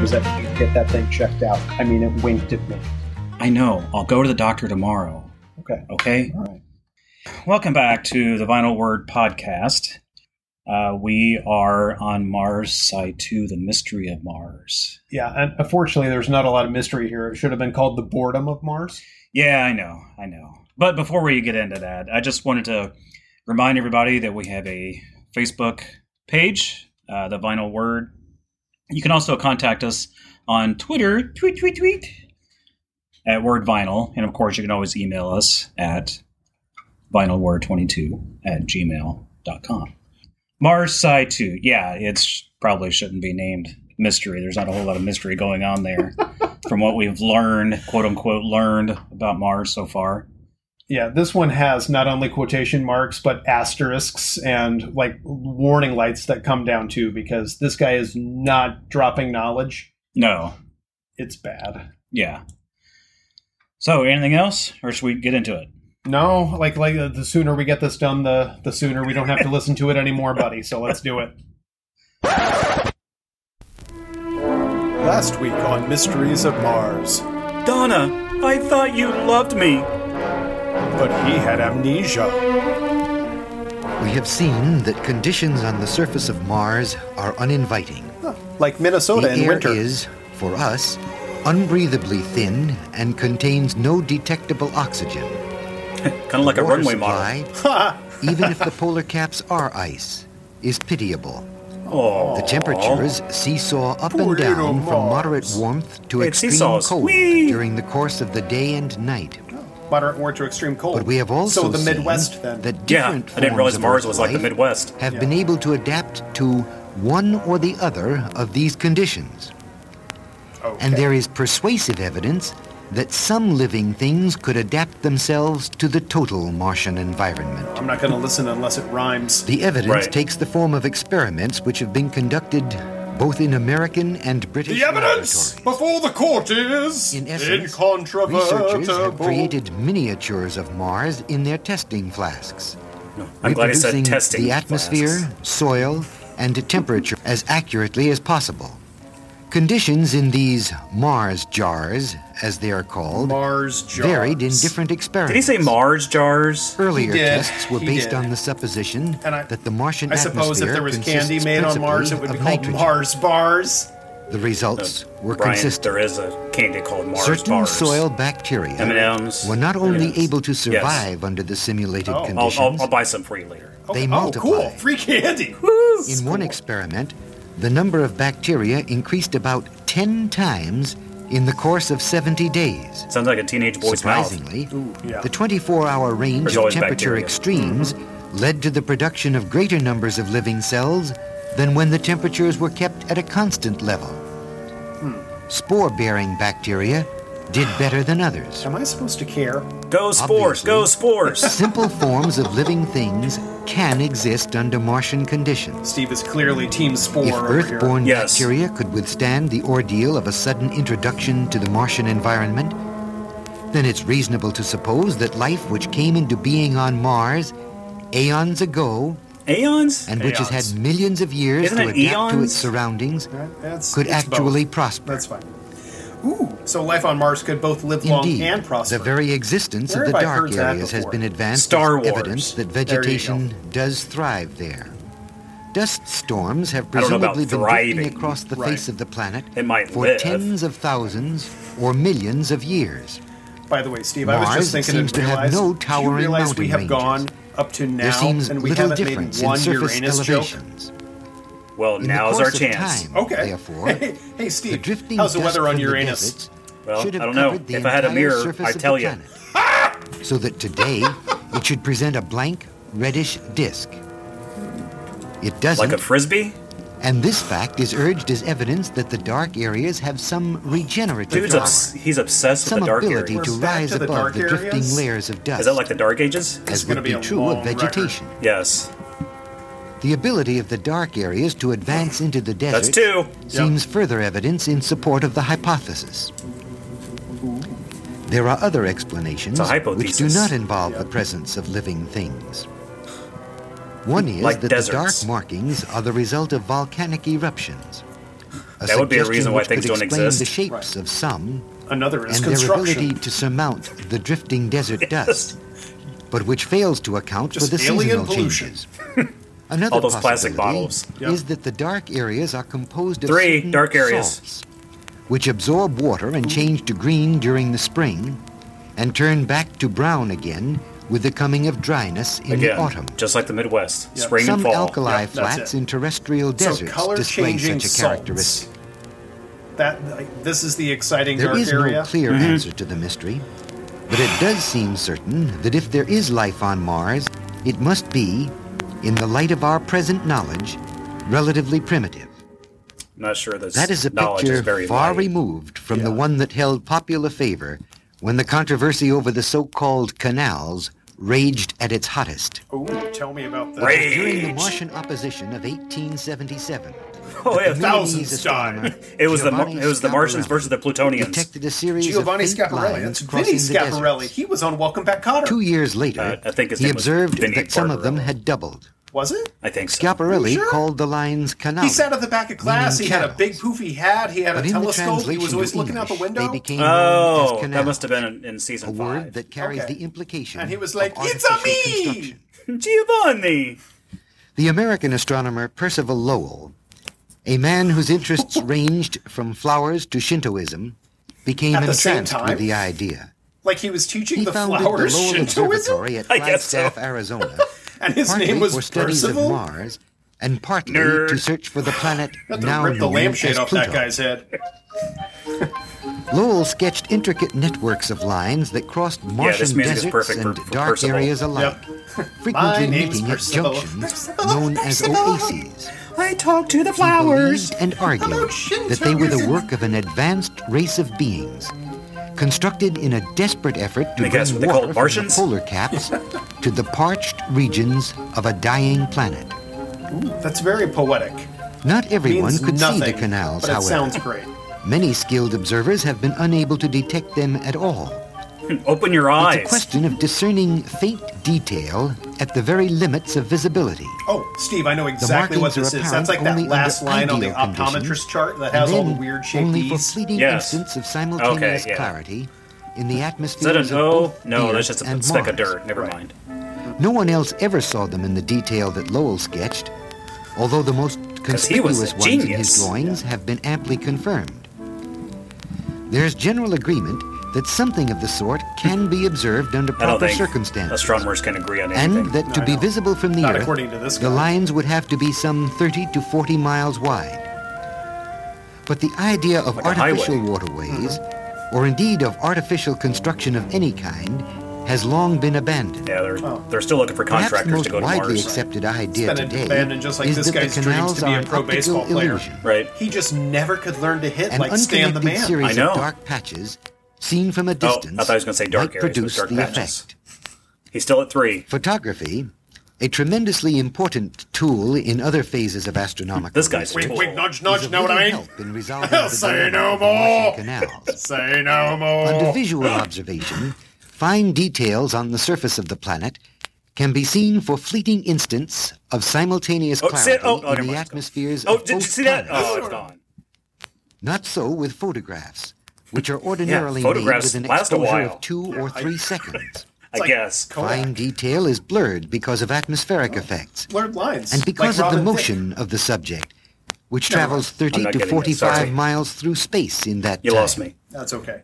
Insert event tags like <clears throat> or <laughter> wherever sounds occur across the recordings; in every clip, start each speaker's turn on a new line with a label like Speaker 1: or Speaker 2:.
Speaker 1: was actually to get that thing checked out. I mean, it winked at me.
Speaker 2: I know. I'll go to the doctor tomorrow.
Speaker 1: Okay.
Speaker 2: Okay.
Speaker 1: All right.
Speaker 2: Welcome back to the Vinyl Word Podcast. Uh, we are on Mars, Side 2, The Mystery of Mars.
Speaker 1: Yeah, and unfortunately, there's not a lot of mystery here. It should have been called the boredom of Mars.
Speaker 2: Yeah, I know. I know. But before we get into that, I just wanted to remind everybody that we have a Facebook page, uh, The Vinyl Word. You can also contact us on Twitter, tweet, tweet, tweet, at Word Vinyl. And of course, you can always email us at vinylword22 at gmail.com. Mars Psi 2. Yeah, it's probably shouldn't be named mystery. There's not a whole lot of mystery going on there from what we've learned, quote unquote, learned about Mars so far.
Speaker 1: Yeah, this one has not only quotation marks, but asterisks and like warning lights that come down too, because this guy is not dropping knowledge.
Speaker 2: No.
Speaker 1: It's bad.
Speaker 2: Yeah. So, anything else, or should we get into it?
Speaker 1: No, like like uh, the sooner we get this done, the the sooner we don't have to <laughs> listen to it anymore, buddy. So let's do it.
Speaker 3: Last week on Mysteries of Mars,
Speaker 2: Donna, I thought you loved me.
Speaker 3: but he had amnesia.
Speaker 4: We have seen that conditions on the surface of Mars are uninviting.
Speaker 3: Like
Speaker 2: Oh,
Speaker 3: Minnesota
Speaker 4: the
Speaker 3: in
Speaker 4: air
Speaker 3: winter.
Speaker 4: is, for us, unbreathably thin and contains no detectable oxygen.
Speaker 2: Kind of like a
Speaker 4: Water
Speaker 2: runway model. <laughs>
Speaker 4: supply, <laughs> even if the polar caps are ice, is pitiable.
Speaker 2: Oh,
Speaker 4: The temperatures seesaw up
Speaker 3: Poor
Speaker 4: and
Speaker 3: little
Speaker 4: down from
Speaker 3: Mars.
Speaker 4: moderate warmth to
Speaker 2: It
Speaker 4: extreme
Speaker 2: seesaws.
Speaker 4: cold
Speaker 2: Whee!
Speaker 4: during the course of the day and night.
Speaker 3: Moderate warmint to extreme cold.
Speaker 2: Oh.
Speaker 4: But we have also
Speaker 3: so the
Speaker 4: seen
Speaker 3: Midwest then.
Speaker 4: that
Speaker 2: yeah. I
Speaker 4: different
Speaker 2: didn't
Speaker 4: forms
Speaker 2: realize
Speaker 4: of
Speaker 2: Mars
Speaker 4: Earth
Speaker 2: was like the
Speaker 4: life
Speaker 2: Midwest.
Speaker 4: have been able to adapt to one or the other of these conditions. And there is persuasive evidence that some living things could adapt themselves to the total Martian environment.
Speaker 3: I'm not going to listen unless it rhymes.
Speaker 4: The evidence
Speaker 2: Right.
Speaker 4: takes the form of experiments which have been conducted both in American and British laboratories.
Speaker 3: before the court is
Speaker 4: In essence, researchers have created miniatures of Mars in their testing flasks.
Speaker 2: I'm glad he said
Speaker 4: reproducing
Speaker 2: testing.
Speaker 4: the atmosphere,
Speaker 2: classes.
Speaker 4: soil, and temperature as accurately as possible. Conditions in these Mars jars, as they are called,
Speaker 3: Mars jars.
Speaker 4: varied in different experiments.
Speaker 2: Did he say Mars jars?
Speaker 4: Earlier
Speaker 3: He did.
Speaker 4: tests were
Speaker 3: He
Speaker 4: based
Speaker 3: did.
Speaker 4: on the supposition
Speaker 3: And I-
Speaker 4: that the Martian
Speaker 3: I suppose if
Speaker 4: atmosphere
Speaker 3: there was
Speaker 4: consists
Speaker 3: candy made on Mars, it would
Speaker 4: principally
Speaker 3: be
Speaker 4: of
Speaker 3: called
Speaker 4: nitrogen.
Speaker 3: Mars bars.
Speaker 4: The results were
Speaker 2: Brian,
Speaker 4: consistent.
Speaker 2: there is a candy called Mars
Speaker 4: Certain
Speaker 2: bars.
Speaker 4: soil bacteria
Speaker 2: M&Ms.
Speaker 4: were not only
Speaker 2: Yes.
Speaker 4: able to survive under the simulated
Speaker 3: Oh. I'll-
Speaker 2: I'll,
Speaker 4: conditions.
Speaker 2: I'll, I'll buy some for you later.
Speaker 4: They
Speaker 3: oh, cool!
Speaker 4: multiply.
Speaker 3: Free candy.
Speaker 4: In one experiment, the number of bacteria increased about 10 times in the course of 70 days.
Speaker 2: Sounds like a teenage boy's mouth.
Speaker 4: Surprisingly,
Speaker 3: yeah.
Speaker 4: the 24 hour range
Speaker 2: There's
Speaker 4: of
Speaker 2: always
Speaker 4: temperature
Speaker 2: bacteria.
Speaker 4: extremes
Speaker 3: Mm-hmm.
Speaker 4: led to the production of greater numbers of living cells than when the temperatures were kept at a constant level.
Speaker 3: Hmm.
Speaker 4: Spore bearing bacteria did better than others.
Speaker 3: Am I supposed to care?
Speaker 2: Go spores, go
Speaker 4: <laughs>
Speaker 2: spores.
Speaker 4: Simple forms of living things can exist under Martian conditions.
Speaker 3: Steve is clearly Team Spore
Speaker 4: If
Speaker 3: over here.
Speaker 4: Earth-born
Speaker 2: Yes.
Speaker 4: bacteria could withstand the ordeal of a sudden introduction to the Martian environment, then it's reasonable to suppose that life which came into being on Mars eons ago
Speaker 2: Aeons?
Speaker 4: and which has
Speaker 3: Eons.
Speaker 4: had millions of years
Speaker 2: Isn't
Speaker 4: to
Speaker 2: it
Speaker 4: adapt to
Speaker 2: eons?
Speaker 4: its surroundings
Speaker 3: That- that's-
Speaker 4: could
Speaker 3: it's both.
Speaker 4: actually prosper.
Speaker 3: That's fine. Ooh, so life on Mars could both live long
Speaker 4: Indeed,
Speaker 3: and prosper.
Speaker 4: the very existence
Speaker 3: Where
Speaker 4: of the
Speaker 3: have I
Speaker 4: dark
Speaker 3: heard that
Speaker 4: areas has
Speaker 3: before?
Speaker 4: been advanced
Speaker 2: Star
Speaker 4: as evidence
Speaker 2: Wars.
Speaker 4: that
Speaker 3: you go.
Speaker 4: vegetation does thrive there. Dust storms have
Speaker 2: I don't know about
Speaker 4: presumably been drifting
Speaker 2: thriving.
Speaker 4: across the face of the planet
Speaker 2: It might
Speaker 4: for
Speaker 2: live.
Speaker 4: tens of thousands or millions of years.
Speaker 3: By the way, Steve, I was
Speaker 4: Mars
Speaker 3: just thinking and
Speaker 4: seems to have
Speaker 3: realized,
Speaker 4: no
Speaker 3: do you
Speaker 4: towering
Speaker 3: realize we
Speaker 4: mountain
Speaker 3: have
Speaker 4: ranges.
Speaker 3: gone up to now
Speaker 4: there seems
Speaker 3: and we
Speaker 4: little
Speaker 3: haven't made
Speaker 4: difference in
Speaker 3: one
Speaker 4: surface
Speaker 3: Uranus joke?
Speaker 4: elevations.
Speaker 2: well,
Speaker 4: In the
Speaker 2: now's our
Speaker 4: course of
Speaker 2: chance.
Speaker 4: time,
Speaker 3: Okay. <laughs>
Speaker 4: Therefore,
Speaker 3: hey, hey,
Speaker 4: the
Speaker 3: Steve,
Speaker 4: drifting
Speaker 3: how's the
Speaker 4: dust
Speaker 3: weather on
Speaker 4: from the
Speaker 3: Uranus?
Speaker 4: deserts
Speaker 2: Well,
Speaker 4: should have
Speaker 2: I don't know.
Speaker 4: covered the
Speaker 2: If I had a
Speaker 4: entire
Speaker 2: mirror,
Speaker 4: surface
Speaker 2: I'd
Speaker 4: of the
Speaker 2: tell ya.
Speaker 4: planet. so that today, it should present a blank, reddish disk. It doesn't,
Speaker 2: Like a frisbee?
Speaker 4: and this fact is urged as evidence that the dark areas have some regenerative
Speaker 2: Dude's
Speaker 4: power,
Speaker 2: obs- he's obsessed
Speaker 4: some
Speaker 2: with the dark
Speaker 4: ability
Speaker 2: areas.
Speaker 4: to
Speaker 3: We're back
Speaker 4: rise
Speaker 3: to the dark
Speaker 4: above the drifting
Speaker 3: areas?
Speaker 4: layers of dust,
Speaker 2: Is that like the Dark Ages?
Speaker 3: This is
Speaker 4: as
Speaker 3: gonna
Speaker 4: would
Speaker 3: be
Speaker 4: be
Speaker 3: a
Speaker 4: true
Speaker 3: long
Speaker 4: of
Speaker 3: record.
Speaker 4: vegetation.
Speaker 2: Yes.
Speaker 4: The ability of the dark areas to advance into the desert
Speaker 2: That's two.
Speaker 4: seems further evidence in support of the hypothesis. There are other explanations
Speaker 2: It's a
Speaker 4: which do
Speaker 2: hypothesis.
Speaker 4: not involve the presence of living things. One is
Speaker 2: Like
Speaker 4: that
Speaker 2: deserts.
Speaker 4: the dark markings are the result of volcanic eruptions. A
Speaker 2: That would be a
Speaker 4: suggestion
Speaker 2: reason why
Speaker 4: which
Speaker 2: things
Speaker 4: could
Speaker 2: don't
Speaker 4: explain
Speaker 2: exist.
Speaker 4: The shapes
Speaker 1: Right.
Speaker 4: of some
Speaker 1: Another is
Speaker 4: and their ability
Speaker 1: construction.
Speaker 4: to surmount the drifting desert dust, but which fails to account
Speaker 1: Just
Speaker 4: for the
Speaker 1: alien
Speaker 4: seasonal
Speaker 1: pollution. <laughs>
Speaker 4: changes. Another
Speaker 2: All those plastic
Speaker 4: possibility
Speaker 2: bottles.
Speaker 1: Yep.
Speaker 4: is that the dark areas are composed of
Speaker 2: Three
Speaker 4: certain
Speaker 2: dark areas.
Speaker 4: salts, which absorb water and change to green during the spring, and turn back to brown again with the coming of dryness in
Speaker 2: Again,
Speaker 4: the autumn.
Speaker 2: just like the Midwest,
Speaker 1: Yeah.
Speaker 2: spring
Speaker 4: Some
Speaker 2: and fall.
Speaker 4: alkali
Speaker 1: Yep, that's
Speaker 4: flats
Speaker 1: it.
Speaker 4: in terrestrial
Speaker 1: So
Speaker 4: deserts
Speaker 1: color
Speaker 4: display
Speaker 1: changing
Speaker 4: such a characteristic.
Speaker 1: salts. That like, this is the exciting
Speaker 4: There
Speaker 1: dark
Speaker 4: is
Speaker 1: area.
Speaker 4: no clear
Speaker 2: Mm-hmm.
Speaker 4: answer to the mystery, but it does seem certain that if there is life on Mars, it must be, in the light of our present knowledge, relatively primitive.
Speaker 2: I'm not sure this
Speaker 4: That is a
Speaker 2: knowledge is
Speaker 4: picture
Speaker 2: very
Speaker 4: far
Speaker 2: light.
Speaker 4: removed from the one that held popular favor when the controversy over the so called canals raged at its hottest.
Speaker 1: Ooh, tell me about that.
Speaker 2: Rage.
Speaker 4: During the Martian opposition of 1877,
Speaker 2: <laughs> Oh, yeah,
Speaker 4: the
Speaker 1: thousands
Speaker 4: Viennese
Speaker 1: died.
Speaker 4: astronomer
Speaker 2: <laughs> It was the
Speaker 4: Giovanni
Speaker 2: Mar- it was the Martians
Speaker 4: Schiaparelli
Speaker 2: versus the Plutonians.
Speaker 4: detected a series
Speaker 1: Giovanni
Speaker 4: of faint
Speaker 1: Scaparelli.
Speaker 4: lines
Speaker 1: That's
Speaker 4: crossing
Speaker 1: Vinny
Speaker 4: the
Speaker 1: Scaparelli.
Speaker 4: deserts.
Speaker 1: He was on Welcome Back, Cotter.
Speaker 4: Two years later,
Speaker 2: Uh, I think his
Speaker 4: he
Speaker 2: name was
Speaker 4: observed
Speaker 2: Vinny
Speaker 4: that some of them
Speaker 2: Barbarella.
Speaker 4: had doubled.
Speaker 1: was it?
Speaker 2: I think so.
Speaker 4: Schiaparelli
Speaker 1: Sure.
Speaker 4: called the lines canal.
Speaker 1: He sat at the back of class. He had a
Speaker 4: channels.
Speaker 1: big poofy hat. He had
Speaker 4: but
Speaker 1: a
Speaker 4: in the
Speaker 1: telescope. He
Speaker 4: translation
Speaker 1: was
Speaker 4: to
Speaker 1: always looking out the
Speaker 4: English,
Speaker 1: window.
Speaker 4: They became known
Speaker 2: Oh,
Speaker 4: as
Speaker 2: that
Speaker 4: canals,
Speaker 2: must have been in, in season
Speaker 4: a word
Speaker 2: five.
Speaker 4: that carries
Speaker 1: Okay.
Speaker 4: the implication.
Speaker 1: And he was like,
Speaker 4: of
Speaker 1: "It's
Speaker 4: artificial
Speaker 1: a me!"
Speaker 4: construction.
Speaker 2: <laughs> Giovanni.
Speaker 4: The American astronomer Percival Lowell, a man whose
Speaker 1: <laughs>
Speaker 4: interests ranged from flowers to Shintoism, became
Speaker 1: At the same
Speaker 4: entranced
Speaker 1: time?
Speaker 4: with the idea.
Speaker 1: like he was teaching
Speaker 4: He
Speaker 1: the
Speaker 4: founded the Lowell
Speaker 1: flowers Shintoism,
Speaker 4: Observatory at
Speaker 2: I guess so.
Speaker 4: Flagstaff, Arizona,
Speaker 1: and his
Speaker 4: partly
Speaker 1: name
Speaker 4: for
Speaker 1: was
Speaker 4: studies of
Speaker 1: Percival.
Speaker 4: Mars, and partly
Speaker 2: Nerd.
Speaker 4: to search for the planet
Speaker 1: <laughs> Had to
Speaker 4: now
Speaker 1: rip the
Speaker 4: known
Speaker 1: lampshade
Speaker 4: as
Speaker 1: off
Speaker 4: Pluto.
Speaker 1: that guy's head.
Speaker 4: Lowell sketched intricate networks of lines that crossed Martian
Speaker 2: this music is
Speaker 4: deserts
Speaker 2: perfect for-
Speaker 4: and
Speaker 2: for
Speaker 4: dark
Speaker 2: Percival.
Speaker 4: areas alike,
Speaker 1: <laughs> My
Speaker 4: frequently
Speaker 1: name's
Speaker 4: meeting at
Speaker 1: Percival.
Speaker 4: junctions
Speaker 1: Percival,
Speaker 4: known as
Speaker 1: Percival.
Speaker 4: oases.
Speaker 2: I talk to the
Speaker 4: He believed and argued
Speaker 1: Hello, Shinto
Speaker 4: that they were the
Speaker 1: residents.
Speaker 4: work of an advanced race of beings, constructed in a desperate effort to
Speaker 2: Let me guess,
Speaker 4: bring
Speaker 2: were they called
Speaker 4: water from
Speaker 2: Martians?
Speaker 4: the
Speaker 2: <laughs>
Speaker 4: polar caps to the parched regions of a dying planet.
Speaker 1: That's very poetic.
Speaker 4: Not everyone
Speaker 1: Means
Speaker 4: could
Speaker 1: nothing,
Speaker 4: see the canals,
Speaker 1: but it
Speaker 4: however.
Speaker 1: sounds great.
Speaker 4: Many skilled observers have been unable to detect them at all.
Speaker 2: Open your
Speaker 4: It's a
Speaker 2: eyes.
Speaker 4: question of discerning faint detail at the very limits of visibility.
Speaker 1: Oh, Steve, I know exactly what
Speaker 4: markings
Speaker 1: this
Speaker 4: are
Speaker 1: is. That's like
Speaker 4: apparent only
Speaker 1: that last
Speaker 4: under
Speaker 1: line on the
Speaker 4: ideal conditions,
Speaker 1: optometrist chart that
Speaker 4: and
Speaker 1: has all the
Speaker 4: then
Speaker 1: weird shaped
Speaker 4: Only for
Speaker 1: E's.
Speaker 4: fleeting
Speaker 2: Yes.
Speaker 4: instances of simultaneous
Speaker 2: yeah.
Speaker 4: clarity in the
Speaker 2: Is that
Speaker 4: atmosphere.
Speaker 2: a no? No, that's just a
Speaker 4: and
Speaker 2: speck of
Speaker 4: Mars.
Speaker 2: dirt. Never mind.
Speaker 4: No one else ever saw them in the detail that Lowell sketched, although the most
Speaker 2: he was a
Speaker 4: conspicuous ones in
Speaker 2: genius.
Speaker 4: his drawings have been amply confirmed. There's general agreement that something of the sort can be observed under
Speaker 2: I don't
Speaker 4: proper
Speaker 2: think
Speaker 4: circumstances.
Speaker 2: astronomers can agree on anything.
Speaker 4: and that to
Speaker 1: I
Speaker 4: be
Speaker 1: know.
Speaker 4: visible from the
Speaker 1: Not
Speaker 4: Earth,
Speaker 1: according to this
Speaker 4: the
Speaker 1: guy.
Speaker 4: lines would have to be some 30 to 40 miles wide. But the idea of
Speaker 2: Like a
Speaker 4: artificial
Speaker 2: highway. Mm-hmm.
Speaker 4: waterways, or indeed of artificial construction of any kind, has long been abandoned.
Speaker 2: yeah, they're, they're still looking for
Speaker 4: Perhaps the
Speaker 2: contractors
Speaker 4: most
Speaker 2: to go to
Speaker 4: widely
Speaker 2: Mars.
Speaker 4: accepted idea
Speaker 1: Oh. It's been
Speaker 4: today
Speaker 1: abandoned just like
Speaker 4: is
Speaker 1: this
Speaker 4: that
Speaker 1: guy's
Speaker 4: the
Speaker 1: dreams
Speaker 4: canals
Speaker 1: to be
Speaker 4: are
Speaker 1: a
Speaker 4: an
Speaker 1: pro
Speaker 4: optical
Speaker 1: baseball player.
Speaker 4: illusion.
Speaker 2: Right.
Speaker 1: He just never could learn to hit
Speaker 4: An
Speaker 1: like Stan the
Speaker 4: unconnected
Speaker 1: Man.
Speaker 4: series
Speaker 2: I know.
Speaker 4: of dark patches, seen from a
Speaker 2: Oh, I
Speaker 4: distance,
Speaker 2: thought he was gonna say dark
Speaker 4: might
Speaker 2: areas with
Speaker 4: produce
Speaker 2: dark
Speaker 4: the
Speaker 2: patches.
Speaker 4: effect.
Speaker 2: He's still at three.
Speaker 4: Photography, a tremendously important tool in other phases of astronomical
Speaker 2: This guy's
Speaker 4: research,
Speaker 1: Wink, wink, nudge,
Speaker 4: is
Speaker 1: nudge.
Speaker 4: of
Speaker 1: Know what I
Speaker 4: little
Speaker 1: mean?
Speaker 2: <laughs>
Speaker 4: help in resolving the dilemma
Speaker 1: Say no
Speaker 4: of the Martian
Speaker 1: more.
Speaker 4: canals.
Speaker 1: Say no
Speaker 4: Under
Speaker 1: more.
Speaker 4: visual observation, fine details on the surface of the planet can be seen for fleeting instants of simultaneous
Speaker 2: Oh,
Speaker 4: clarity
Speaker 2: see, oh, oh,
Speaker 4: in
Speaker 2: never
Speaker 4: the
Speaker 2: mind.
Speaker 4: atmospheres
Speaker 2: Oh,
Speaker 4: of
Speaker 2: did you
Speaker 4: both
Speaker 2: see that?
Speaker 4: planets.
Speaker 2: Oh, it's gone.
Speaker 4: Not so with photographs, which
Speaker 2: <laughs>
Speaker 4: are ordinarily
Speaker 2: photographs
Speaker 4: made with an
Speaker 2: last a
Speaker 4: exposure
Speaker 2: while. Oh,
Speaker 4: of two
Speaker 2: <laughs>
Speaker 4: or three seconds.
Speaker 2: I guess.
Speaker 4: Fine detail is blurred because of
Speaker 2: Oh.
Speaker 4: atmospheric effects
Speaker 1: Blurred lines.
Speaker 4: and because
Speaker 1: like
Speaker 4: of the
Speaker 1: Robin Thicke.
Speaker 4: motion of the subject, which
Speaker 1: Never
Speaker 4: travels
Speaker 2: I'm
Speaker 4: 30
Speaker 2: not
Speaker 4: to
Speaker 2: getting it,
Speaker 4: 45
Speaker 2: sorry.
Speaker 4: miles through space in that
Speaker 2: You
Speaker 4: time.
Speaker 2: lost me.
Speaker 1: That's okay.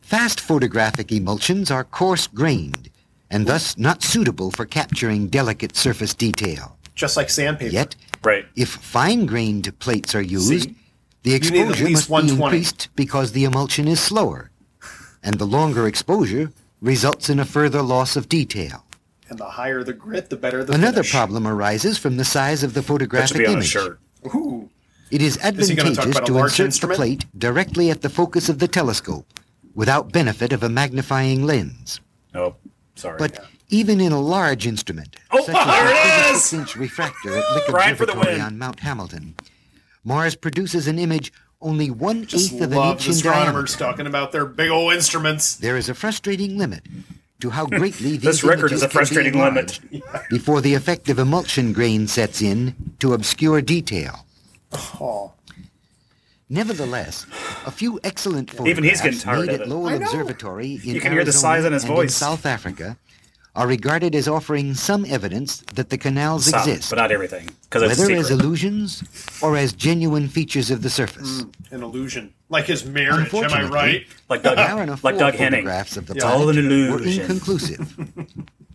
Speaker 4: Fast photographic emulsions are coarse grained and thus not suitable for capturing delicate surface detail.
Speaker 1: Just like sandpaper.
Speaker 4: Yet,
Speaker 2: Right.
Speaker 4: if fine grained plates are used,
Speaker 1: See?
Speaker 4: the
Speaker 1: need at
Speaker 4: exposure must
Speaker 1: least
Speaker 4: be
Speaker 1: 120.
Speaker 4: increased because the emulsion is slower, and the longer exposure results in a further loss of detail.
Speaker 1: And the higher the grit, the better the
Speaker 4: Another
Speaker 1: finish.
Speaker 4: problem arises from the size of the
Speaker 2: That should
Speaker 4: photographic
Speaker 2: be on a
Speaker 4: image.
Speaker 2: shirt.
Speaker 1: Ooh.
Speaker 4: It is
Speaker 1: he gonna talk
Speaker 4: advantageous
Speaker 1: about a
Speaker 4: to
Speaker 1: large
Speaker 4: insert the
Speaker 1: instrument?
Speaker 4: plate directly at the focus of the telescope without benefit of a magnifying lens.
Speaker 2: Oh, sorry.
Speaker 4: But even in a large instrument,
Speaker 2: Oh,
Speaker 4: such as
Speaker 2: there it
Speaker 4: the
Speaker 2: is!
Speaker 4: 56-inch refractor at Lick
Speaker 2: Right for the
Speaker 4: Observatory
Speaker 2: win.
Speaker 4: on Mount Hamilton, Mars produces an image only one
Speaker 1: Just
Speaker 4: eighth of an
Speaker 1: love
Speaker 4: inch
Speaker 1: the
Speaker 4: in diameter.
Speaker 1: astronomers talking about their big old instruments.
Speaker 4: There is a frustrating limit to how
Speaker 5: <laughs>
Speaker 4: greatly these
Speaker 2: This record is
Speaker 4: images
Speaker 2: a
Speaker 4: can be
Speaker 2: frustrating limit.
Speaker 4: enlarged <laughs> before the effect of emulsion grain sets in to obscure detail.
Speaker 1: Oh,
Speaker 4: Nevertheless, a few excellent photographs
Speaker 5: Even he's getting tired
Speaker 4: made
Speaker 5: of
Speaker 4: at
Speaker 5: it.
Speaker 4: Lowell
Speaker 5: I know.
Speaker 4: Observatory in
Speaker 5: You can hear the sighs in his
Speaker 4: and
Speaker 5: voice.
Speaker 4: South Africa are regarded as offering some evidence that the canals
Speaker 5: Some,
Speaker 4: exist,
Speaker 5: but not everything, because it's a
Speaker 4: whether
Speaker 5: secret.
Speaker 4: as illusions or as genuine features of the surface.
Speaker 1: An illusion. Like his marriage, am I
Speaker 4: Unfortunately-
Speaker 1: right?
Speaker 5: like Doug,
Speaker 4: There are enough
Speaker 5: like Doug Henning.
Speaker 4: photographs of the
Speaker 5: It's all an
Speaker 4: planet were
Speaker 5: illusion. <laughs>
Speaker 4: inconclusive.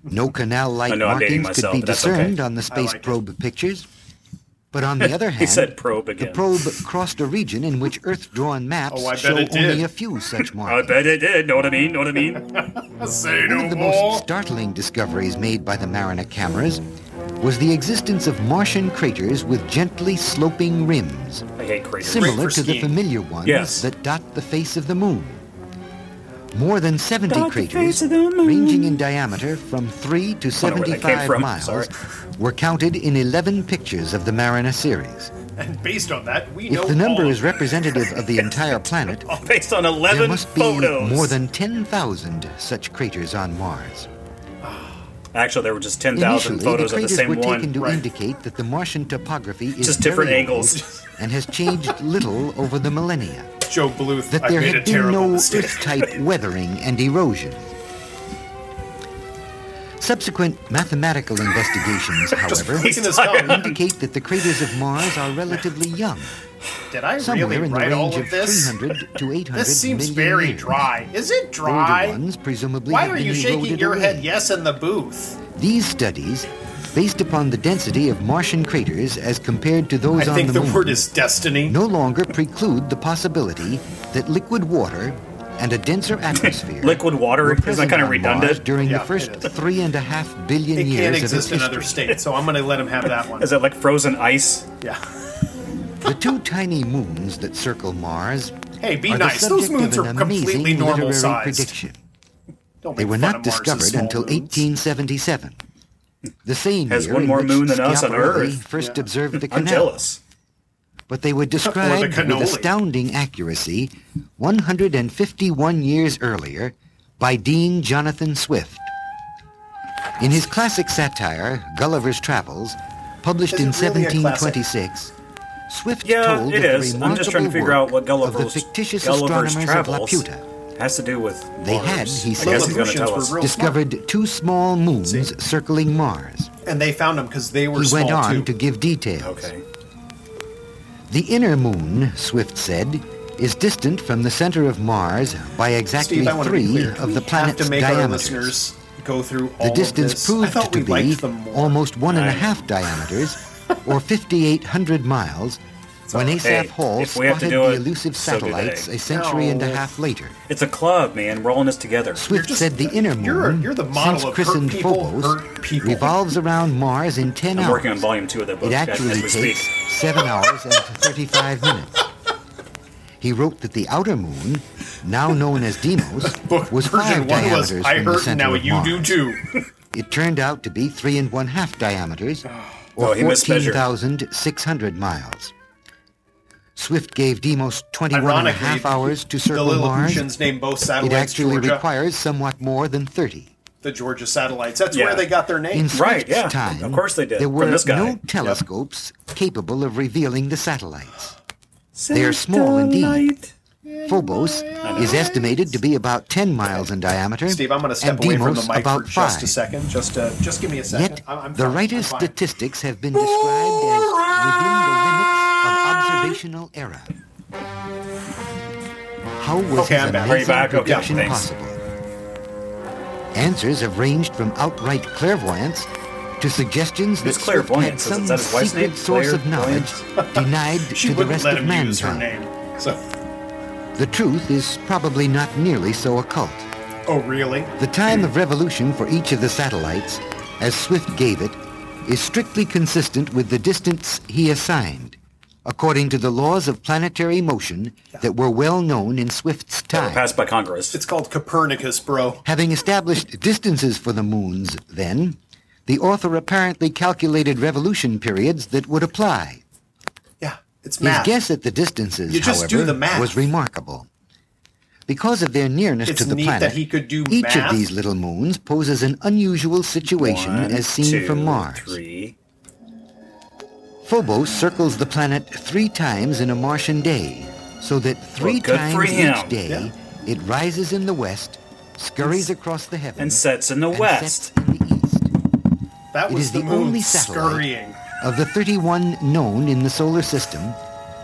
Speaker 4: No canal-like
Speaker 5: I know, I'm dating
Speaker 4: markings
Speaker 5: myself,
Speaker 4: could be
Speaker 5: but that's okay.
Speaker 4: discerned on the space
Speaker 1: like it.
Speaker 4: probe pictures. But on
Speaker 5: <laughs>
Speaker 4: the other hand,
Speaker 5: He said probe
Speaker 4: the
Speaker 5: again.
Speaker 4: probe crossed a region in which Earth-drawn maps
Speaker 1: Oh, I bet
Speaker 4: show
Speaker 1: it did.
Speaker 4: only a few such
Speaker 5: <laughs> I
Speaker 4: markings.
Speaker 5: bet it did. Know what I mean? Know what I mean?
Speaker 1: Say
Speaker 4: One of
Speaker 1: no
Speaker 4: the most
Speaker 1: more.
Speaker 4: startling discoveries made by the Mariner cameras was the existence of Martian craters with gently sloping rims,
Speaker 5: I hate craters.
Speaker 4: similar
Speaker 1: for
Speaker 4: to the
Speaker 1: skiing.
Speaker 4: familiar ones
Speaker 5: Yes.
Speaker 4: that dot the face of the moon. More than 70
Speaker 5: Dot the face
Speaker 4: craters,
Speaker 5: of the moon.
Speaker 4: ranging in diameter from 3 to
Speaker 5: Wonder where that came
Speaker 4: 75
Speaker 5: from.
Speaker 4: miles,
Speaker 5: Sorry.
Speaker 4: were counted in 11 pictures of the Mariner series.
Speaker 1: And based on that, we know
Speaker 4: If the number
Speaker 1: all.
Speaker 4: is representative of the entire planet,
Speaker 5: Oh, Based on
Speaker 4: there
Speaker 5: 11
Speaker 4: must be
Speaker 5: photos.
Speaker 4: more than 10,000 such craters on Mars.
Speaker 5: Actually, there were just 10,000
Speaker 4: Initially,
Speaker 5: photos
Speaker 4: the
Speaker 5: of the
Speaker 4: craters
Speaker 5: same
Speaker 4: were
Speaker 5: one.
Speaker 4: taken to
Speaker 1: right.
Speaker 4: indicate that the Martian topography is
Speaker 5: Just different
Speaker 4: variable
Speaker 5: angles.
Speaker 4: and has changed little over the millennia.
Speaker 1: Joe Bluth.
Speaker 4: That
Speaker 1: I
Speaker 4: there
Speaker 1: made a
Speaker 4: had been
Speaker 1: terrible
Speaker 4: no <laughs>
Speaker 1: mistake. <laughs>
Speaker 4: Earth-type weathering and erosion. Subsequent mathematical
Speaker 1: <laughs>
Speaker 4: investigations, however, <laughs>
Speaker 1: Clicking his thumb.
Speaker 4: indicate that the craters of Mars are relatively young,
Speaker 1: Did I
Speaker 4: somewhere
Speaker 1: really
Speaker 4: in the
Speaker 1: write all
Speaker 4: range of
Speaker 1: of this?
Speaker 4: 300 to 800
Speaker 1: This seems
Speaker 4: million
Speaker 1: very
Speaker 4: years.
Speaker 1: dry. Is it
Speaker 4: Older
Speaker 1: dry?
Speaker 4: ones presumably
Speaker 1: Why
Speaker 4: have
Speaker 1: are
Speaker 4: been
Speaker 1: you shaking
Speaker 4: eroded
Speaker 1: your
Speaker 4: away.
Speaker 1: head yes in the booth?
Speaker 4: These studies, based upon the density of Martian craters as compared to
Speaker 1: I
Speaker 4: those on
Speaker 1: think
Speaker 4: the,
Speaker 1: the
Speaker 4: moon,
Speaker 1: word is destiny.
Speaker 4: no longer preclude the possibility that liquid water and a
Speaker 1: <laughs>
Speaker 4: denser atmosphere
Speaker 5: Liquid water?
Speaker 4: were
Speaker 5: Isn't that
Speaker 4: present
Speaker 5: kinda
Speaker 4: on
Speaker 5: redundant?
Speaker 4: Mars during
Speaker 1: Yeah,
Speaker 4: the
Speaker 1: it
Speaker 4: first
Speaker 1: is.
Speaker 4: three and a half billion
Speaker 1: It
Speaker 4: years
Speaker 1: can't
Speaker 4: of
Speaker 1: exist in
Speaker 4: its
Speaker 1: other
Speaker 4: history.
Speaker 1: states, so I'm going to let him have that one.
Speaker 5: Is that like frozen ice?
Speaker 1: Yeah.
Speaker 4: The two tiny moons that circle Mars
Speaker 1: Hey, be
Speaker 4: are
Speaker 1: nice.
Speaker 4: the
Speaker 1: Those
Speaker 4: subject
Speaker 1: moons
Speaker 4: of
Speaker 1: are
Speaker 4: an
Speaker 1: completely
Speaker 4: amazing
Speaker 1: normal
Speaker 4: literary
Speaker 1: sized.
Speaker 4: prediction.
Speaker 1: Don't
Speaker 4: They
Speaker 1: make
Speaker 4: were
Speaker 1: fun
Speaker 4: not
Speaker 1: of Mars's
Speaker 4: discovered
Speaker 1: small
Speaker 4: until
Speaker 1: moons.
Speaker 4: 1877. The same
Speaker 5: Has
Speaker 4: year
Speaker 5: one
Speaker 4: in
Speaker 5: more
Speaker 4: which
Speaker 5: moon than us on
Speaker 4: Schiaparelli
Speaker 5: Earth.
Speaker 4: First observed the
Speaker 5: I'm
Speaker 4: canal.
Speaker 5: jealous.
Speaker 4: but they were described with
Speaker 1: cannoli.
Speaker 4: astounding accuracy 151 years earlier by Dean Jonathan Swift. In his classic satire, Gulliver's Travels, published
Speaker 1: Is
Speaker 4: in
Speaker 1: it really a classic?
Speaker 4: 1726, Swift
Speaker 5: Yeah,
Speaker 4: told
Speaker 5: it
Speaker 4: of
Speaker 5: is.
Speaker 4: the
Speaker 5: I'm just trying to
Speaker 4: remarkable
Speaker 5: figure out
Speaker 4: work
Speaker 5: what
Speaker 4: of
Speaker 5: Gulliver's,
Speaker 4: the fictitious astronomers
Speaker 5: Gulliver's
Speaker 4: of
Speaker 5: Travels
Speaker 4: Laputa,
Speaker 5: has to do with
Speaker 4: They
Speaker 5: Mars.
Speaker 4: had, he
Speaker 5: I
Speaker 4: said,
Speaker 5: guess he's going to
Speaker 1: Revolutions
Speaker 5: tell
Speaker 1: were
Speaker 5: us.
Speaker 1: real-
Speaker 4: discovered two small moons
Speaker 1: See?
Speaker 4: circling Mars.
Speaker 1: And they found them because they were
Speaker 4: He
Speaker 1: small
Speaker 4: went on
Speaker 1: too.
Speaker 4: to give details.
Speaker 5: Okay.
Speaker 4: The inner moon, Swift said, is distant from the center of Mars by exactly
Speaker 1: Steve, I want to be
Speaker 4: three
Speaker 1: clear.
Speaker 4: of
Speaker 1: we
Speaker 4: the planet's
Speaker 1: have to make our
Speaker 4: diameters.
Speaker 1: listeners go through all
Speaker 4: The
Speaker 1: of
Speaker 4: distance
Speaker 1: this. I
Speaker 4: proved
Speaker 1: thought
Speaker 4: to
Speaker 1: we
Speaker 4: be
Speaker 1: liked them more.
Speaker 4: almost one and a
Speaker 5: I-
Speaker 4: half diameters, or 5,800 miles, when Asaph
Speaker 5: Hey,
Speaker 4: Hall
Speaker 5: if we have to
Speaker 4: spotted
Speaker 5: do
Speaker 4: the
Speaker 5: it,
Speaker 4: elusive
Speaker 5: so do they.
Speaker 4: satellites a century and a
Speaker 1: No.
Speaker 4: half later.
Speaker 5: It's a club, man. We're all in this together.
Speaker 4: Swift
Speaker 1: just-
Speaker 4: said the inner moon,
Speaker 1: you're- you're the model
Speaker 4: since
Speaker 1: of hurt
Speaker 4: christened
Speaker 1: people,
Speaker 4: Phobos,
Speaker 1: hurt people.
Speaker 4: revolves around Mars
Speaker 1: <laughs>
Speaker 4: in 10
Speaker 5: I'm
Speaker 4: hours.
Speaker 5: working on volume two of that book
Speaker 4: It
Speaker 5: as
Speaker 4: actually
Speaker 5: as we speak.
Speaker 4: takes seven hours and 35 minutes. He wrote that the outer moon, now known as Deimos,
Speaker 1: <laughs> Book
Speaker 4: was
Speaker 1: version
Speaker 4: five
Speaker 1: one
Speaker 4: diameters
Speaker 1: was I
Speaker 4: from the
Speaker 1: hurt,
Speaker 4: center
Speaker 1: now
Speaker 4: of
Speaker 1: you
Speaker 4: Mars.
Speaker 1: do too.
Speaker 4: It turned out to be three and one half diameters, or
Speaker 5: Oh, he mismeasured.
Speaker 4: 14,600 miles. Swift gave Deimos 21 and a
Speaker 1: Ironically,
Speaker 4: half hours to
Speaker 1: the
Speaker 4: circle Mars.
Speaker 1: Lilliputians named both
Speaker 4: It
Speaker 1: satellites
Speaker 4: actually
Speaker 1: Georgia.
Speaker 4: requires somewhat more than 30.
Speaker 1: the Georgia satellites. That's
Speaker 5: Yeah.
Speaker 1: where they got their name.
Speaker 4: In Swift's
Speaker 5: Right, yeah.
Speaker 4: time,
Speaker 5: Of course they did.
Speaker 4: There
Speaker 5: From
Speaker 4: were
Speaker 5: this guy.
Speaker 4: no
Speaker 5: Yep.
Speaker 4: telescopes capable of revealing the satellites. They are small indeed. Phobos is estimated to be about 10 miles in diameter.
Speaker 1: Steve, I'm going to step
Speaker 4: and
Speaker 1: away from the
Speaker 4: Deimos
Speaker 1: mic
Speaker 4: about
Speaker 1: for just
Speaker 4: five.
Speaker 1: a second. Just, uh, just give me a second.
Speaker 4: Yet,
Speaker 1: I'm, I'm
Speaker 4: the
Speaker 1: fine.
Speaker 4: writer's
Speaker 1: I'm fine.
Speaker 4: statistics have been described as within the limits of observational error. How was
Speaker 1: Okay,
Speaker 4: his
Speaker 1: I'm back.
Speaker 4: amazing
Speaker 5: Are you back? Okay,
Speaker 4: prediction
Speaker 5: thanks.
Speaker 4: possible? Answers have ranged from outright clairvoyance to suggestions that
Speaker 5: Who's
Speaker 4: Swift had
Speaker 5: clairvoyance? Is
Speaker 4: some
Speaker 5: that his wife's
Speaker 4: secret
Speaker 5: name?
Speaker 4: source of knowledge
Speaker 1: <laughs>
Speaker 4: denied
Speaker 1: She
Speaker 4: to the
Speaker 1: wouldn't
Speaker 4: rest
Speaker 1: let
Speaker 4: of
Speaker 1: him use her
Speaker 4: mankind.
Speaker 1: name. So,
Speaker 4: The truth is probably not nearly so occult.
Speaker 1: oh really?
Speaker 4: The time of revolution for each of the satellites, as Swift gave it, is strictly consistent with the distance he assigned, according to the laws of planetary motion that were well known in Swift's
Speaker 5: That were
Speaker 4: time.
Speaker 5: passed by Congress.
Speaker 1: It's called Copernicus, bro.
Speaker 4: Having established distances for the moons, then, the author apparently calculated revolution periods that would apply.
Speaker 1: Yeah, it's
Speaker 4: His
Speaker 1: math.
Speaker 4: guess at the distances,
Speaker 1: You just
Speaker 4: however,
Speaker 1: do the math.
Speaker 4: was remarkable. Because of their nearness
Speaker 1: It's
Speaker 4: to the
Speaker 1: neat
Speaker 4: planet,
Speaker 1: that he could do
Speaker 4: each
Speaker 1: math.
Speaker 4: of these little moons poses an unusual situation
Speaker 5: One,
Speaker 4: as seen
Speaker 5: two,
Speaker 4: from Mars.
Speaker 5: Three.
Speaker 4: Phobos circles the planet three times in a Martian day, so that three
Speaker 5: Well, good for
Speaker 4: times
Speaker 5: him.
Speaker 4: each day it rises in the west, scurries across the heavens,
Speaker 5: and sets in the
Speaker 4: and
Speaker 5: west.
Speaker 4: sets in the east
Speaker 1: That
Speaker 4: It
Speaker 1: was
Speaker 4: is
Speaker 1: the,
Speaker 4: the
Speaker 1: moon
Speaker 4: only satellite-
Speaker 1: scurrying.
Speaker 4: of the 31 known in the solar system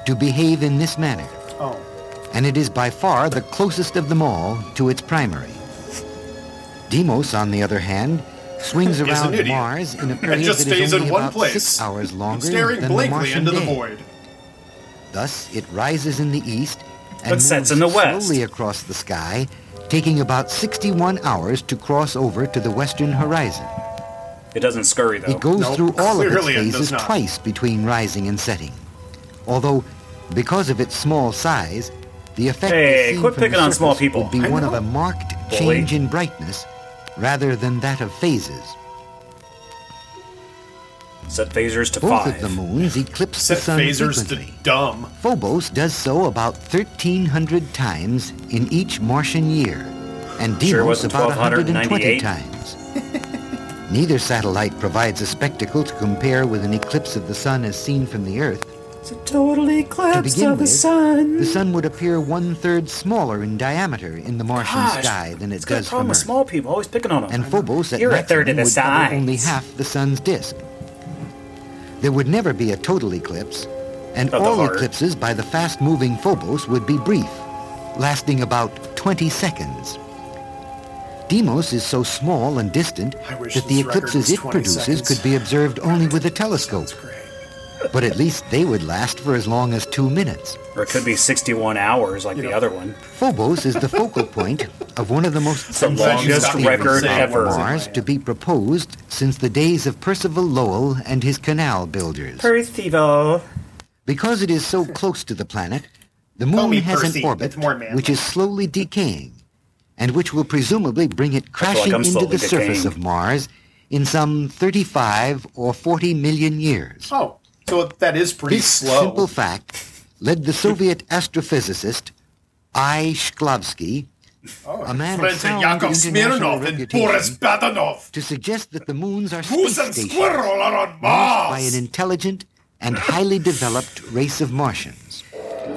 Speaker 4: to behave in this manner,
Speaker 1: Oh,
Speaker 4: and it is by far the closest of them all to its primary. Deimos, on the other hand, swings
Speaker 1: Is an
Speaker 4: around
Speaker 1: idiot.
Speaker 4: Mars in a period
Speaker 1: just
Speaker 4: that is
Speaker 1: stays in
Speaker 4: only
Speaker 1: one
Speaker 4: about
Speaker 1: place,
Speaker 4: six hours longer
Speaker 1: staring
Speaker 4: than the
Speaker 1: blankly
Speaker 4: Martian
Speaker 1: into the
Speaker 4: day.
Speaker 1: void.
Speaker 4: Thus, it rises in the east and
Speaker 5: But sets
Speaker 4: moves
Speaker 5: in the west.
Speaker 4: slowly across the sky, taking about 61 hours to cross over to the western horizon.
Speaker 5: It doesn't scurry though.
Speaker 4: It goes
Speaker 1: Nope.
Speaker 4: through all of its
Speaker 1: Clearly it does
Speaker 4: phases
Speaker 1: not.
Speaker 4: twice between rising and setting. Although, because of its small size, the effect
Speaker 5: Hey,
Speaker 4: is seen
Speaker 5: quit
Speaker 4: from the
Speaker 5: picking on small
Speaker 4: surface
Speaker 5: people.
Speaker 4: would be
Speaker 1: I
Speaker 4: one of
Speaker 1: know.
Speaker 4: a marked
Speaker 5: Bully.
Speaker 4: change in brightness rather than that of phases.
Speaker 5: Set phasers to
Speaker 4: Both
Speaker 5: five.
Speaker 4: of the moons eclipse
Speaker 1: Set
Speaker 4: the sun
Speaker 1: phasers
Speaker 4: frequently.
Speaker 1: to dumb.
Speaker 4: Phobos does so about 1,300 times in each Martian year, and
Speaker 5: Sure
Speaker 4: Deimos
Speaker 5: wasn't
Speaker 4: about 120
Speaker 5: 1,298.
Speaker 4: times. Neither satellite provides a spectacle to compare with an eclipse of the sun as seen from the Earth.
Speaker 5: It's a total
Speaker 4: To
Speaker 5: eclipse
Speaker 4: begin
Speaker 5: of the
Speaker 4: with,
Speaker 5: sun.
Speaker 4: the sun would appear one third smaller in diameter in the Martian
Speaker 5: Gosh,
Speaker 4: sky than it
Speaker 5: it's got
Speaker 4: does
Speaker 5: a problem
Speaker 4: from
Speaker 5: with
Speaker 4: Earth.
Speaker 5: small people always picking on them.
Speaker 4: and Phobos at
Speaker 5: You're a
Speaker 4: maximum
Speaker 5: third of the
Speaker 4: would cover
Speaker 5: size.
Speaker 4: only half the sun's disk. There would never be a total eclipse, and
Speaker 5: Of the
Speaker 4: all
Speaker 5: heart.
Speaker 4: eclipses by the fast-moving Phobos would be brief, lasting about 20 seconds. Deimos is so small and distant
Speaker 1: I wish
Speaker 4: that the
Speaker 1: this record
Speaker 4: eclipses
Speaker 1: was
Speaker 4: it
Speaker 1: 20
Speaker 4: produces
Speaker 1: seconds.
Speaker 4: could be observed only with a telescope,
Speaker 1: That's great.
Speaker 4: but at least they would last for as long as two minutes.
Speaker 5: or it could be 61 hours like the
Speaker 1: know.
Speaker 5: other one.
Speaker 4: Phobos is the focal point of one of the most
Speaker 5: the
Speaker 4: sensational
Speaker 1: longest
Speaker 4: statements
Speaker 1: record
Speaker 4: about
Speaker 1: ever.
Speaker 4: Mars to be proposed since the days of Percival Lowell and his canal builders.
Speaker 5: Percival.
Speaker 4: because it is so close to the planet, the
Speaker 1: Call
Speaker 4: moon
Speaker 1: me
Speaker 4: has
Speaker 1: Percy.
Speaker 4: an orbit
Speaker 1: It's more manly.
Speaker 4: which is slowly decaying, and which will presumably bring it
Speaker 5: like
Speaker 4: crashing
Speaker 5: I'm
Speaker 4: into
Speaker 5: slowly
Speaker 4: the surface
Speaker 5: decaying.
Speaker 4: of Mars in some 35 or 40 million years.
Speaker 1: Oh, so that is pretty
Speaker 4: This
Speaker 1: slow.
Speaker 4: simple fact led the Soviet astrophysicist I. Shklovsky, a man of
Speaker 1: Friends of
Speaker 4: sound international
Speaker 1: Yakov Oh, Smirnov and Boris
Speaker 4: reputation,
Speaker 1: Badanov.
Speaker 4: to suggest that the moons are space
Speaker 1: Goose and
Speaker 4: stations
Speaker 1: squirrel are on
Speaker 4: managed by an
Speaker 1: Mars.
Speaker 4: intelligent and highly developed race of Martians.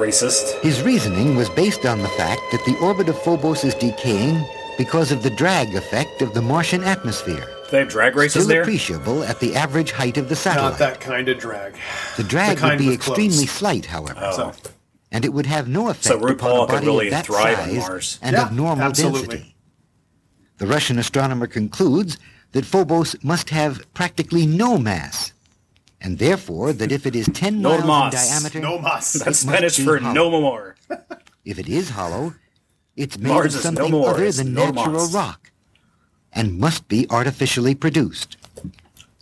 Speaker 5: Racist.
Speaker 4: His reasoning was based on the fact that the orbit of Phobos is decaying because of the drag effect of the Martian atmosphere,
Speaker 5: Do they have drag races
Speaker 4: still
Speaker 5: there?
Speaker 4: appreciable at the average height of the
Speaker 1: Not
Speaker 4: satellite.
Speaker 1: that kind of drag.
Speaker 4: the drag
Speaker 1: the
Speaker 4: would
Speaker 1: kind
Speaker 4: be
Speaker 1: with
Speaker 4: extremely
Speaker 1: clothes.
Speaker 4: slight, however,
Speaker 5: Oh.
Speaker 4: and it would have no effect upon
Speaker 5: RuPaul
Speaker 4: a
Speaker 5: could
Speaker 4: body
Speaker 5: really
Speaker 4: of that
Speaker 5: thrive on
Speaker 4: size
Speaker 5: Mars.
Speaker 4: and of
Speaker 1: Yeah,
Speaker 4: normal
Speaker 1: absolutely.
Speaker 4: density. The Russian astronomer concludes that Phobos must have practically no mass, and therefore that if it is 10
Speaker 5: No
Speaker 4: miles
Speaker 5: mass.
Speaker 4: in diameter,
Speaker 1: No mas.
Speaker 5: That's
Speaker 4: It might
Speaker 5: Spanish
Speaker 4: be
Speaker 5: for
Speaker 4: hollow.
Speaker 5: no more.
Speaker 4: if it is hollow, it's made
Speaker 5: Mars
Speaker 4: of
Speaker 5: is no
Speaker 4: something
Speaker 5: more,
Speaker 4: other
Speaker 5: it's
Speaker 4: than
Speaker 5: no
Speaker 4: natural
Speaker 5: Mars.
Speaker 4: rock, and must be artificially produced.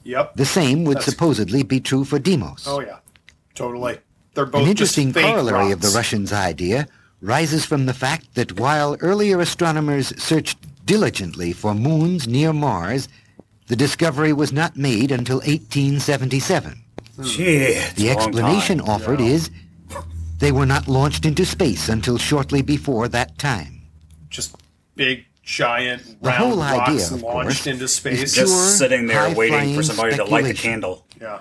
Speaker 1: Yep.
Speaker 4: The same would
Speaker 1: That's-
Speaker 4: supposedly be true for Deimos.
Speaker 1: Oh yeah, totally. They're both
Speaker 4: An
Speaker 1: just
Speaker 4: interesting
Speaker 1: fake
Speaker 4: corollary of the
Speaker 1: rocks.
Speaker 4: Russians' idea rises from the fact that while earlier astronomers searched diligently for moons near Mars, the discovery was not made until 1877.
Speaker 5: Gee, it's
Speaker 4: The
Speaker 5: a long
Speaker 4: explanation
Speaker 5: time.
Speaker 4: offered is they were not launched into space until shortly before that time.
Speaker 1: Just big, giant,
Speaker 4: The
Speaker 1: round
Speaker 4: whole
Speaker 1: rocks
Speaker 4: idea, of
Speaker 1: launched
Speaker 4: course,
Speaker 1: into
Speaker 4: is
Speaker 1: space.
Speaker 5: just
Speaker 4: pure,
Speaker 5: sitting there waiting
Speaker 4: high-flying
Speaker 5: for somebody to light the
Speaker 4: speculation.
Speaker 5: candle.
Speaker 1: yeah.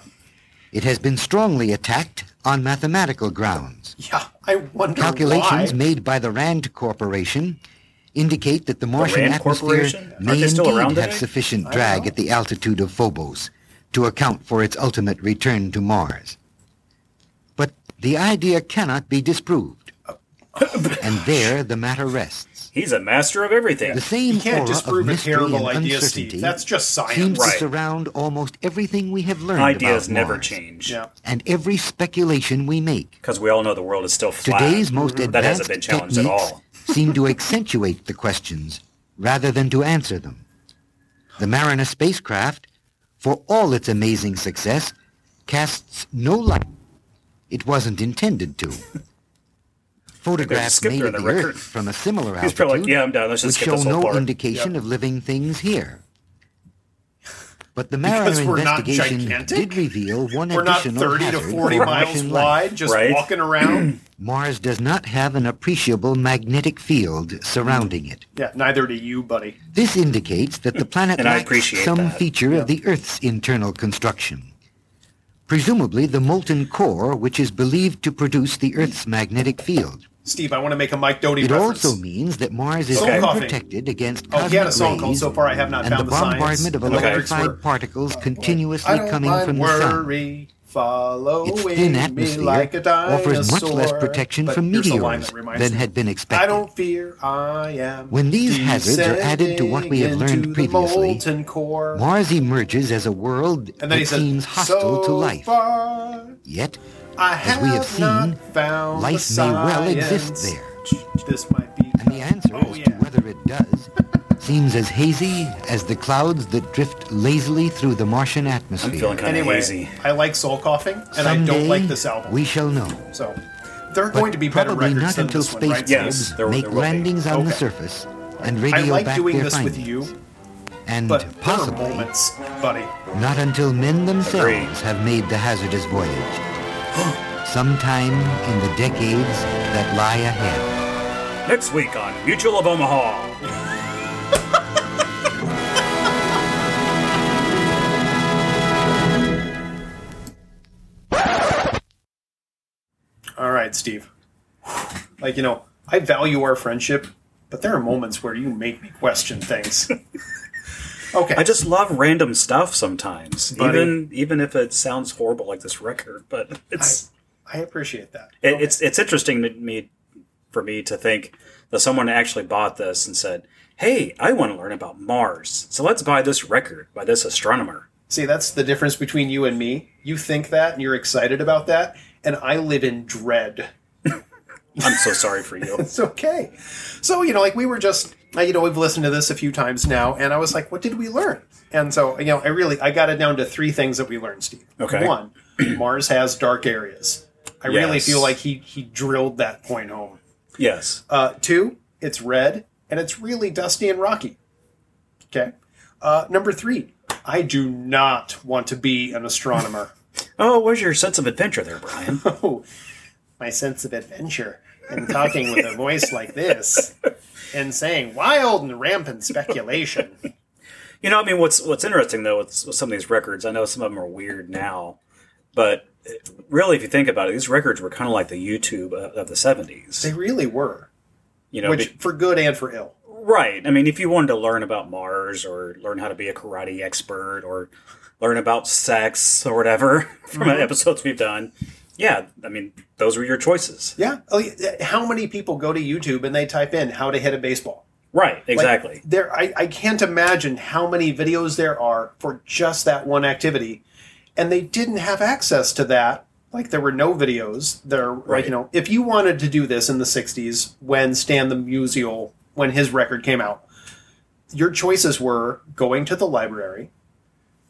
Speaker 4: It has been strongly attacked on mathematical grounds.
Speaker 1: Yeah. I wonder
Speaker 4: Calculations
Speaker 1: why.
Speaker 4: made by the RAND Corporation indicate that the Martian
Speaker 5: RAND Corporation?
Speaker 4: atmosphere
Speaker 5: Aren't
Speaker 4: may
Speaker 5: they still
Speaker 4: indeed
Speaker 5: around
Speaker 4: have
Speaker 5: today?
Speaker 4: sufficient drag at the altitude of Phobos to account for its ultimate return to Mars. But the idea cannot be disproved.
Speaker 5: <laughs>
Speaker 4: and there the matter rests.
Speaker 5: He's a master of everything.
Speaker 4: The same
Speaker 1: You can't
Speaker 4: aura
Speaker 1: disprove
Speaker 4: of
Speaker 1: a
Speaker 4: mystery
Speaker 1: terrible
Speaker 4: and
Speaker 1: idea,
Speaker 4: uncertainty
Speaker 1: Steve. That's just
Speaker 4: seems
Speaker 1: science.
Speaker 5: Right.
Speaker 4: to surround almost everything we have learned
Speaker 5: Ideas
Speaker 4: about
Speaker 5: never
Speaker 4: Mars,
Speaker 5: change.
Speaker 1: Yeah.
Speaker 4: and every speculation we make.
Speaker 5: Because we all know the world is still flat. Mm-hmm.
Speaker 4: Today's most advanced
Speaker 5: That hasn't been challenged at
Speaker 4: techniques
Speaker 5: all. <laughs>
Speaker 4: seem to accentuate the questions rather than to answer them. The Mariner spacecraft, for all its amazing success, casts no light. It wasn't intended
Speaker 5: <laughs>
Speaker 4: to. Photographs
Speaker 5: skipped
Speaker 4: made
Speaker 5: her
Speaker 4: of
Speaker 5: in
Speaker 4: the,
Speaker 5: the record.
Speaker 4: Earth from a similar
Speaker 5: He's
Speaker 4: altitude
Speaker 5: probably like, yeah, I'm done. Let's
Speaker 4: would
Speaker 5: just skip
Speaker 4: show
Speaker 5: this whole
Speaker 4: no
Speaker 5: part.
Speaker 4: indication of living things here. But the
Speaker 1: Because
Speaker 4: Mariner
Speaker 1: we're not
Speaker 4: investigation
Speaker 1: gigantic?
Speaker 4: did reveal one
Speaker 1: We're not
Speaker 4: additional
Speaker 1: 30 to
Speaker 4: hazard
Speaker 1: 40
Speaker 4: for
Speaker 1: miles
Speaker 4: Martian life.
Speaker 1: wide, just
Speaker 5: Right.
Speaker 1: walking around. <clears throat>
Speaker 4: Mars does not have an appreciable magnetic field surrounding it.
Speaker 1: yeah, neither do you, buddy.
Speaker 4: This indicates that the planet
Speaker 5: And I
Speaker 4: lacks
Speaker 5: appreciate
Speaker 4: some
Speaker 5: that.
Speaker 4: feature of the Earth's internal construction. presumably the molten core which is believed to produce the Earth's magnetic field.
Speaker 1: Steve, I want to make a Mike Doty
Speaker 4: It
Speaker 1: reference.
Speaker 4: also means that Mars is
Speaker 1: Okay.
Speaker 4: unprotected against
Speaker 1: Oh,
Speaker 4: cosmic
Speaker 1: he had a song
Speaker 4: rays
Speaker 1: called "So Far I Have Not
Speaker 4: and the
Speaker 1: Found the Science."
Speaker 4: bombardment of
Speaker 1: and the lyrics
Speaker 4: electrified
Speaker 1: were,
Speaker 4: particles continuously
Speaker 1: I don't
Speaker 4: coming
Speaker 1: mind
Speaker 4: from the sun.
Speaker 1: worry, following
Speaker 4: Its thin
Speaker 1: me
Speaker 4: atmosphere
Speaker 1: like a dinosaur.
Speaker 4: offers much less protection
Speaker 1: But
Speaker 4: from
Speaker 1: here's a line
Speaker 4: meteors
Speaker 1: that reminds
Speaker 4: than
Speaker 1: me.
Speaker 4: had been
Speaker 1: I
Speaker 4: expected.
Speaker 1: don't fear, I am.
Speaker 4: When these hazards are added to what we have
Speaker 1: descending
Speaker 4: learned
Speaker 1: into
Speaker 4: previously,
Speaker 1: the molten core.
Speaker 4: Mars emerges as a world
Speaker 1: and then he
Speaker 4: that
Speaker 1: said,
Speaker 4: seems hostile
Speaker 1: so
Speaker 4: to life.
Speaker 1: Far,
Speaker 4: Yet,
Speaker 1: I
Speaker 4: as we have
Speaker 1: not
Speaker 4: seen,
Speaker 1: found the
Speaker 4: life may well exist
Speaker 1: science."
Speaker 4: there.
Speaker 1: This might be.
Speaker 4: And the answer
Speaker 1: Oh,
Speaker 4: as to
Speaker 1: yeah.
Speaker 4: whether it does seems as hazy as the clouds that drift lazily through the Martian atmosphere.
Speaker 5: I'm feeling kind of
Speaker 1: Anyway,
Speaker 5: hazy.
Speaker 1: I like soul coughing, and I don't
Speaker 4: Someday,
Speaker 1: like this album.
Speaker 4: We shall know.
Speaker 1: so there are
Speaker 4: But
Speaker 1: going to be better
Speaker 4: probably
Speaker 1: records
Speaker 4: not
Speaker 1: than
Speaker 4: until
Speaker 1: this
Speaker 4: space
Speaker 1: one, right?
Speaker 5: Yes,
Speaker 4: probes
Speaker 5: there-
Speaker 4: make
Speaker 5: there will be.
Speaker 4: landings on the
Speaker 1: Okay.
Speaker 4: surface and
Speaker 1: I
Speaker 4: radio
Speaker 1: like
Speaker 4: back
Speaker 1: doing
Speaker 4: their
Speaker 1: this
Speaker 4: findings.
Speaker 1: with you,
Speaker 4: and
Speaker 1: but there are
Speaker 4: possibly
Speaker 1: moments, buddy.
Speaker 4: not until men themselves
Speaker 5: Agree.
Speaker 4: have made the hazardous
Speaker 1: <gasps>
Speaker 4: voyage. Sometime in the decades that lie ahead.
Speaker 5: Next week on Mutual of Omaha.
Speaker 1: All right, Steve. Like, you know, I value our friendship, but there are moments where you make me question
Speaker 5: <laughs>
Speaker 1: things. Okay.
Speaker 5: I just love random stuff sometimes,
Speaker 1: Buddy.
Speaker 5: even even if it sounds horrible like this record. But it's
Speaker 1: I appreciate that.
Speaker 5: it, it's it's interesting to me for me to think that someone actually bought this and said, "Hey, I want to learn about Mars, so let's buy this record by this astronomer."
Speaker 1: See, that's the difference between you and me. You think that and you're excited about that, and I live in dread.
Speaker 5: I'm so sorry for
Speaker 1: <laughs>
Speaker 5: you.
Speaker 1: It's okay. So, you know, like we were just, uh, you know, we've listened to this a few times now, and I was like, what did we learn? And so, you know, I really, I got it down to three things that we learned, Steve.
Speaker 5: Okay.
Speaker 1: One, <clears throat> Mars has dark areas. I really
Speaker 5: Yes.
Speaker 1: feel like he, he drilled that point home.
Speaker 5: Yes,
Speaker 1: Uh, two, it's red and it's really dusty and rocky. Okay. Uh, number three, I do not want to be an astronomer.
Speaker 5: Oh, where's your sense of adventure there,
Speaker 1: <laughs>
Speaker 5: Brian?
Speaker 1: oh, my sense of adventure and talking with a voice like this and saying wild and rampant speculation.
Speaker 5: you know, I mean, what's what's interesting though with, with some of these records, I know some of them are weird now, but really, if you think about it, these records were kind of like the YouTube of, of the
Speaker 1: They
Speaker 5: '70s.
Speaker 1: really were,
Speaker 5: You know,
Speaker 1: which
Speaker 5: be-
Speaker 1: for good and for ill.
Speaker 5: right? I mean, if you wanted to learn about Mars or learn how to be a karate expert or learn about sex or whatever <laughs> from
Speaker 1: Mm-hmm.
Speaker 5: episodes we've done, yeah, I mean, those were your choices.
Speaker 1: Yeah. Oh, yeah. How many people go to YouTube and they type in how to hit a baseball?
Speaker 5: Right?
Speaker 1: Like,
Speaker 5: Exactly.
Speaker 1: there, I, I can't imagine how many videos there are for just that one activity, and they didn't have access to that. Like there were no videos. There, like
Speaker 5: Right.
Speaker 1: you know, if you wanted to do this in the '60s when Stan the Musial, when his record came out, your choices were going to the library,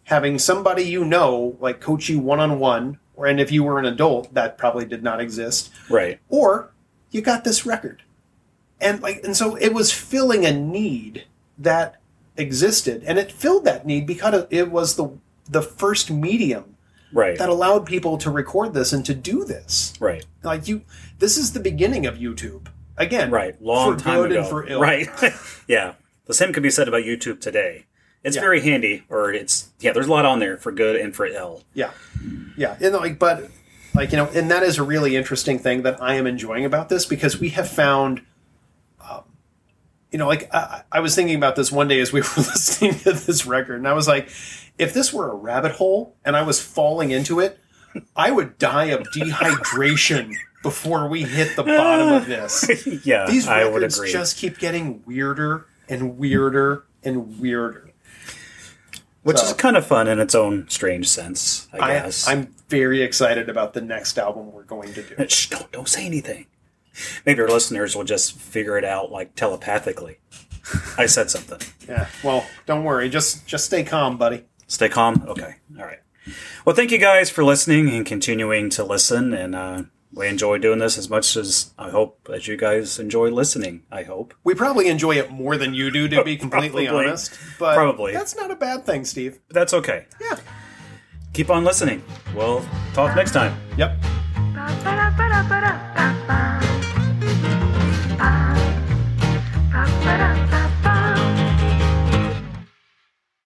Speaker 1: having somebody you know like coach you one on one, or and if you were an adult, that probably did not exist
Speaker 5: right.
Speaker 1: or you got this record and like and so it was filling a need that existed and it filled that need because it was the the first medium
Speaker 5: Right.
Speaker 1: that allowed people to record this and to do this
Speaker 5: right.
Speaker 1: like you this is the beginning of youtube again
Speaker 5: Right, long
Speaker 1: for
Speaker 5: time
Speaker 1: good
Speaker 5: ago.
Speaker 1: and for ill
Speaker 5: Right, <laughs> yeah. The same could be said about YouTube today. It's
Speaker 1: Yeah.
Speaker 5: very handy, or it's yeah. There's a lot on there for good and for ill. <laughs>
Speaker 1: yeah yeah and like but like you know and that is a really interesting thing that i am enjoying about this because we have found um, you know like I, I was thinking about this one day as we <laughs> were listening to this record and i was like if this were a rabbit hole and i was falling into it i would die of dehydration before we hit the bottom of
Speaker 5: <laughs>
Speaker 1: this
Speaker 5: Yeah,
Speaker 1: these
Speaker 5: I would
Speaker 1: records
Speaker 5: agree.
Speaker 1: just keep getting weirder and weirder and weirder
Speaker 5: Which is
Speaker 1: so-
Speaker 5: kind of fun in its own strange sense, I
Speaker 1: I,
Speaker 5: guess.
Speaker 1: i'm very excited about the next album we're going to do
Speaker 5: Shh, don't don't say anything. Maybe our listeners will just figure it out like telepathically. I said something.
Speaker 1: Yeah. Well, don't worry. Just just stay calm, buddy.
Speaker 5: Stay calm. Okay. All right. Well, thank you guys for listening and continuing to listen. And uh, we enjoy doing this as much as I hope as you guys enjoy listening. I hope.
Speaker 1: We probably enjoy it more than you do, to be completely
Speaker 5: <laughs> Probably.
Speaker 1: honest. But
Speaker 5: Probably.
Speaker 1: that's not a bad thing, Steve.
Speaker 5: But that's okay.
Speaker 1: Yeah.
Speaker 5: Keep on listening. We'll talk next time.
Speaker 1: Yep.
Speaker 6: Ba-ba-da-ba-da-ba-da-ba-ba.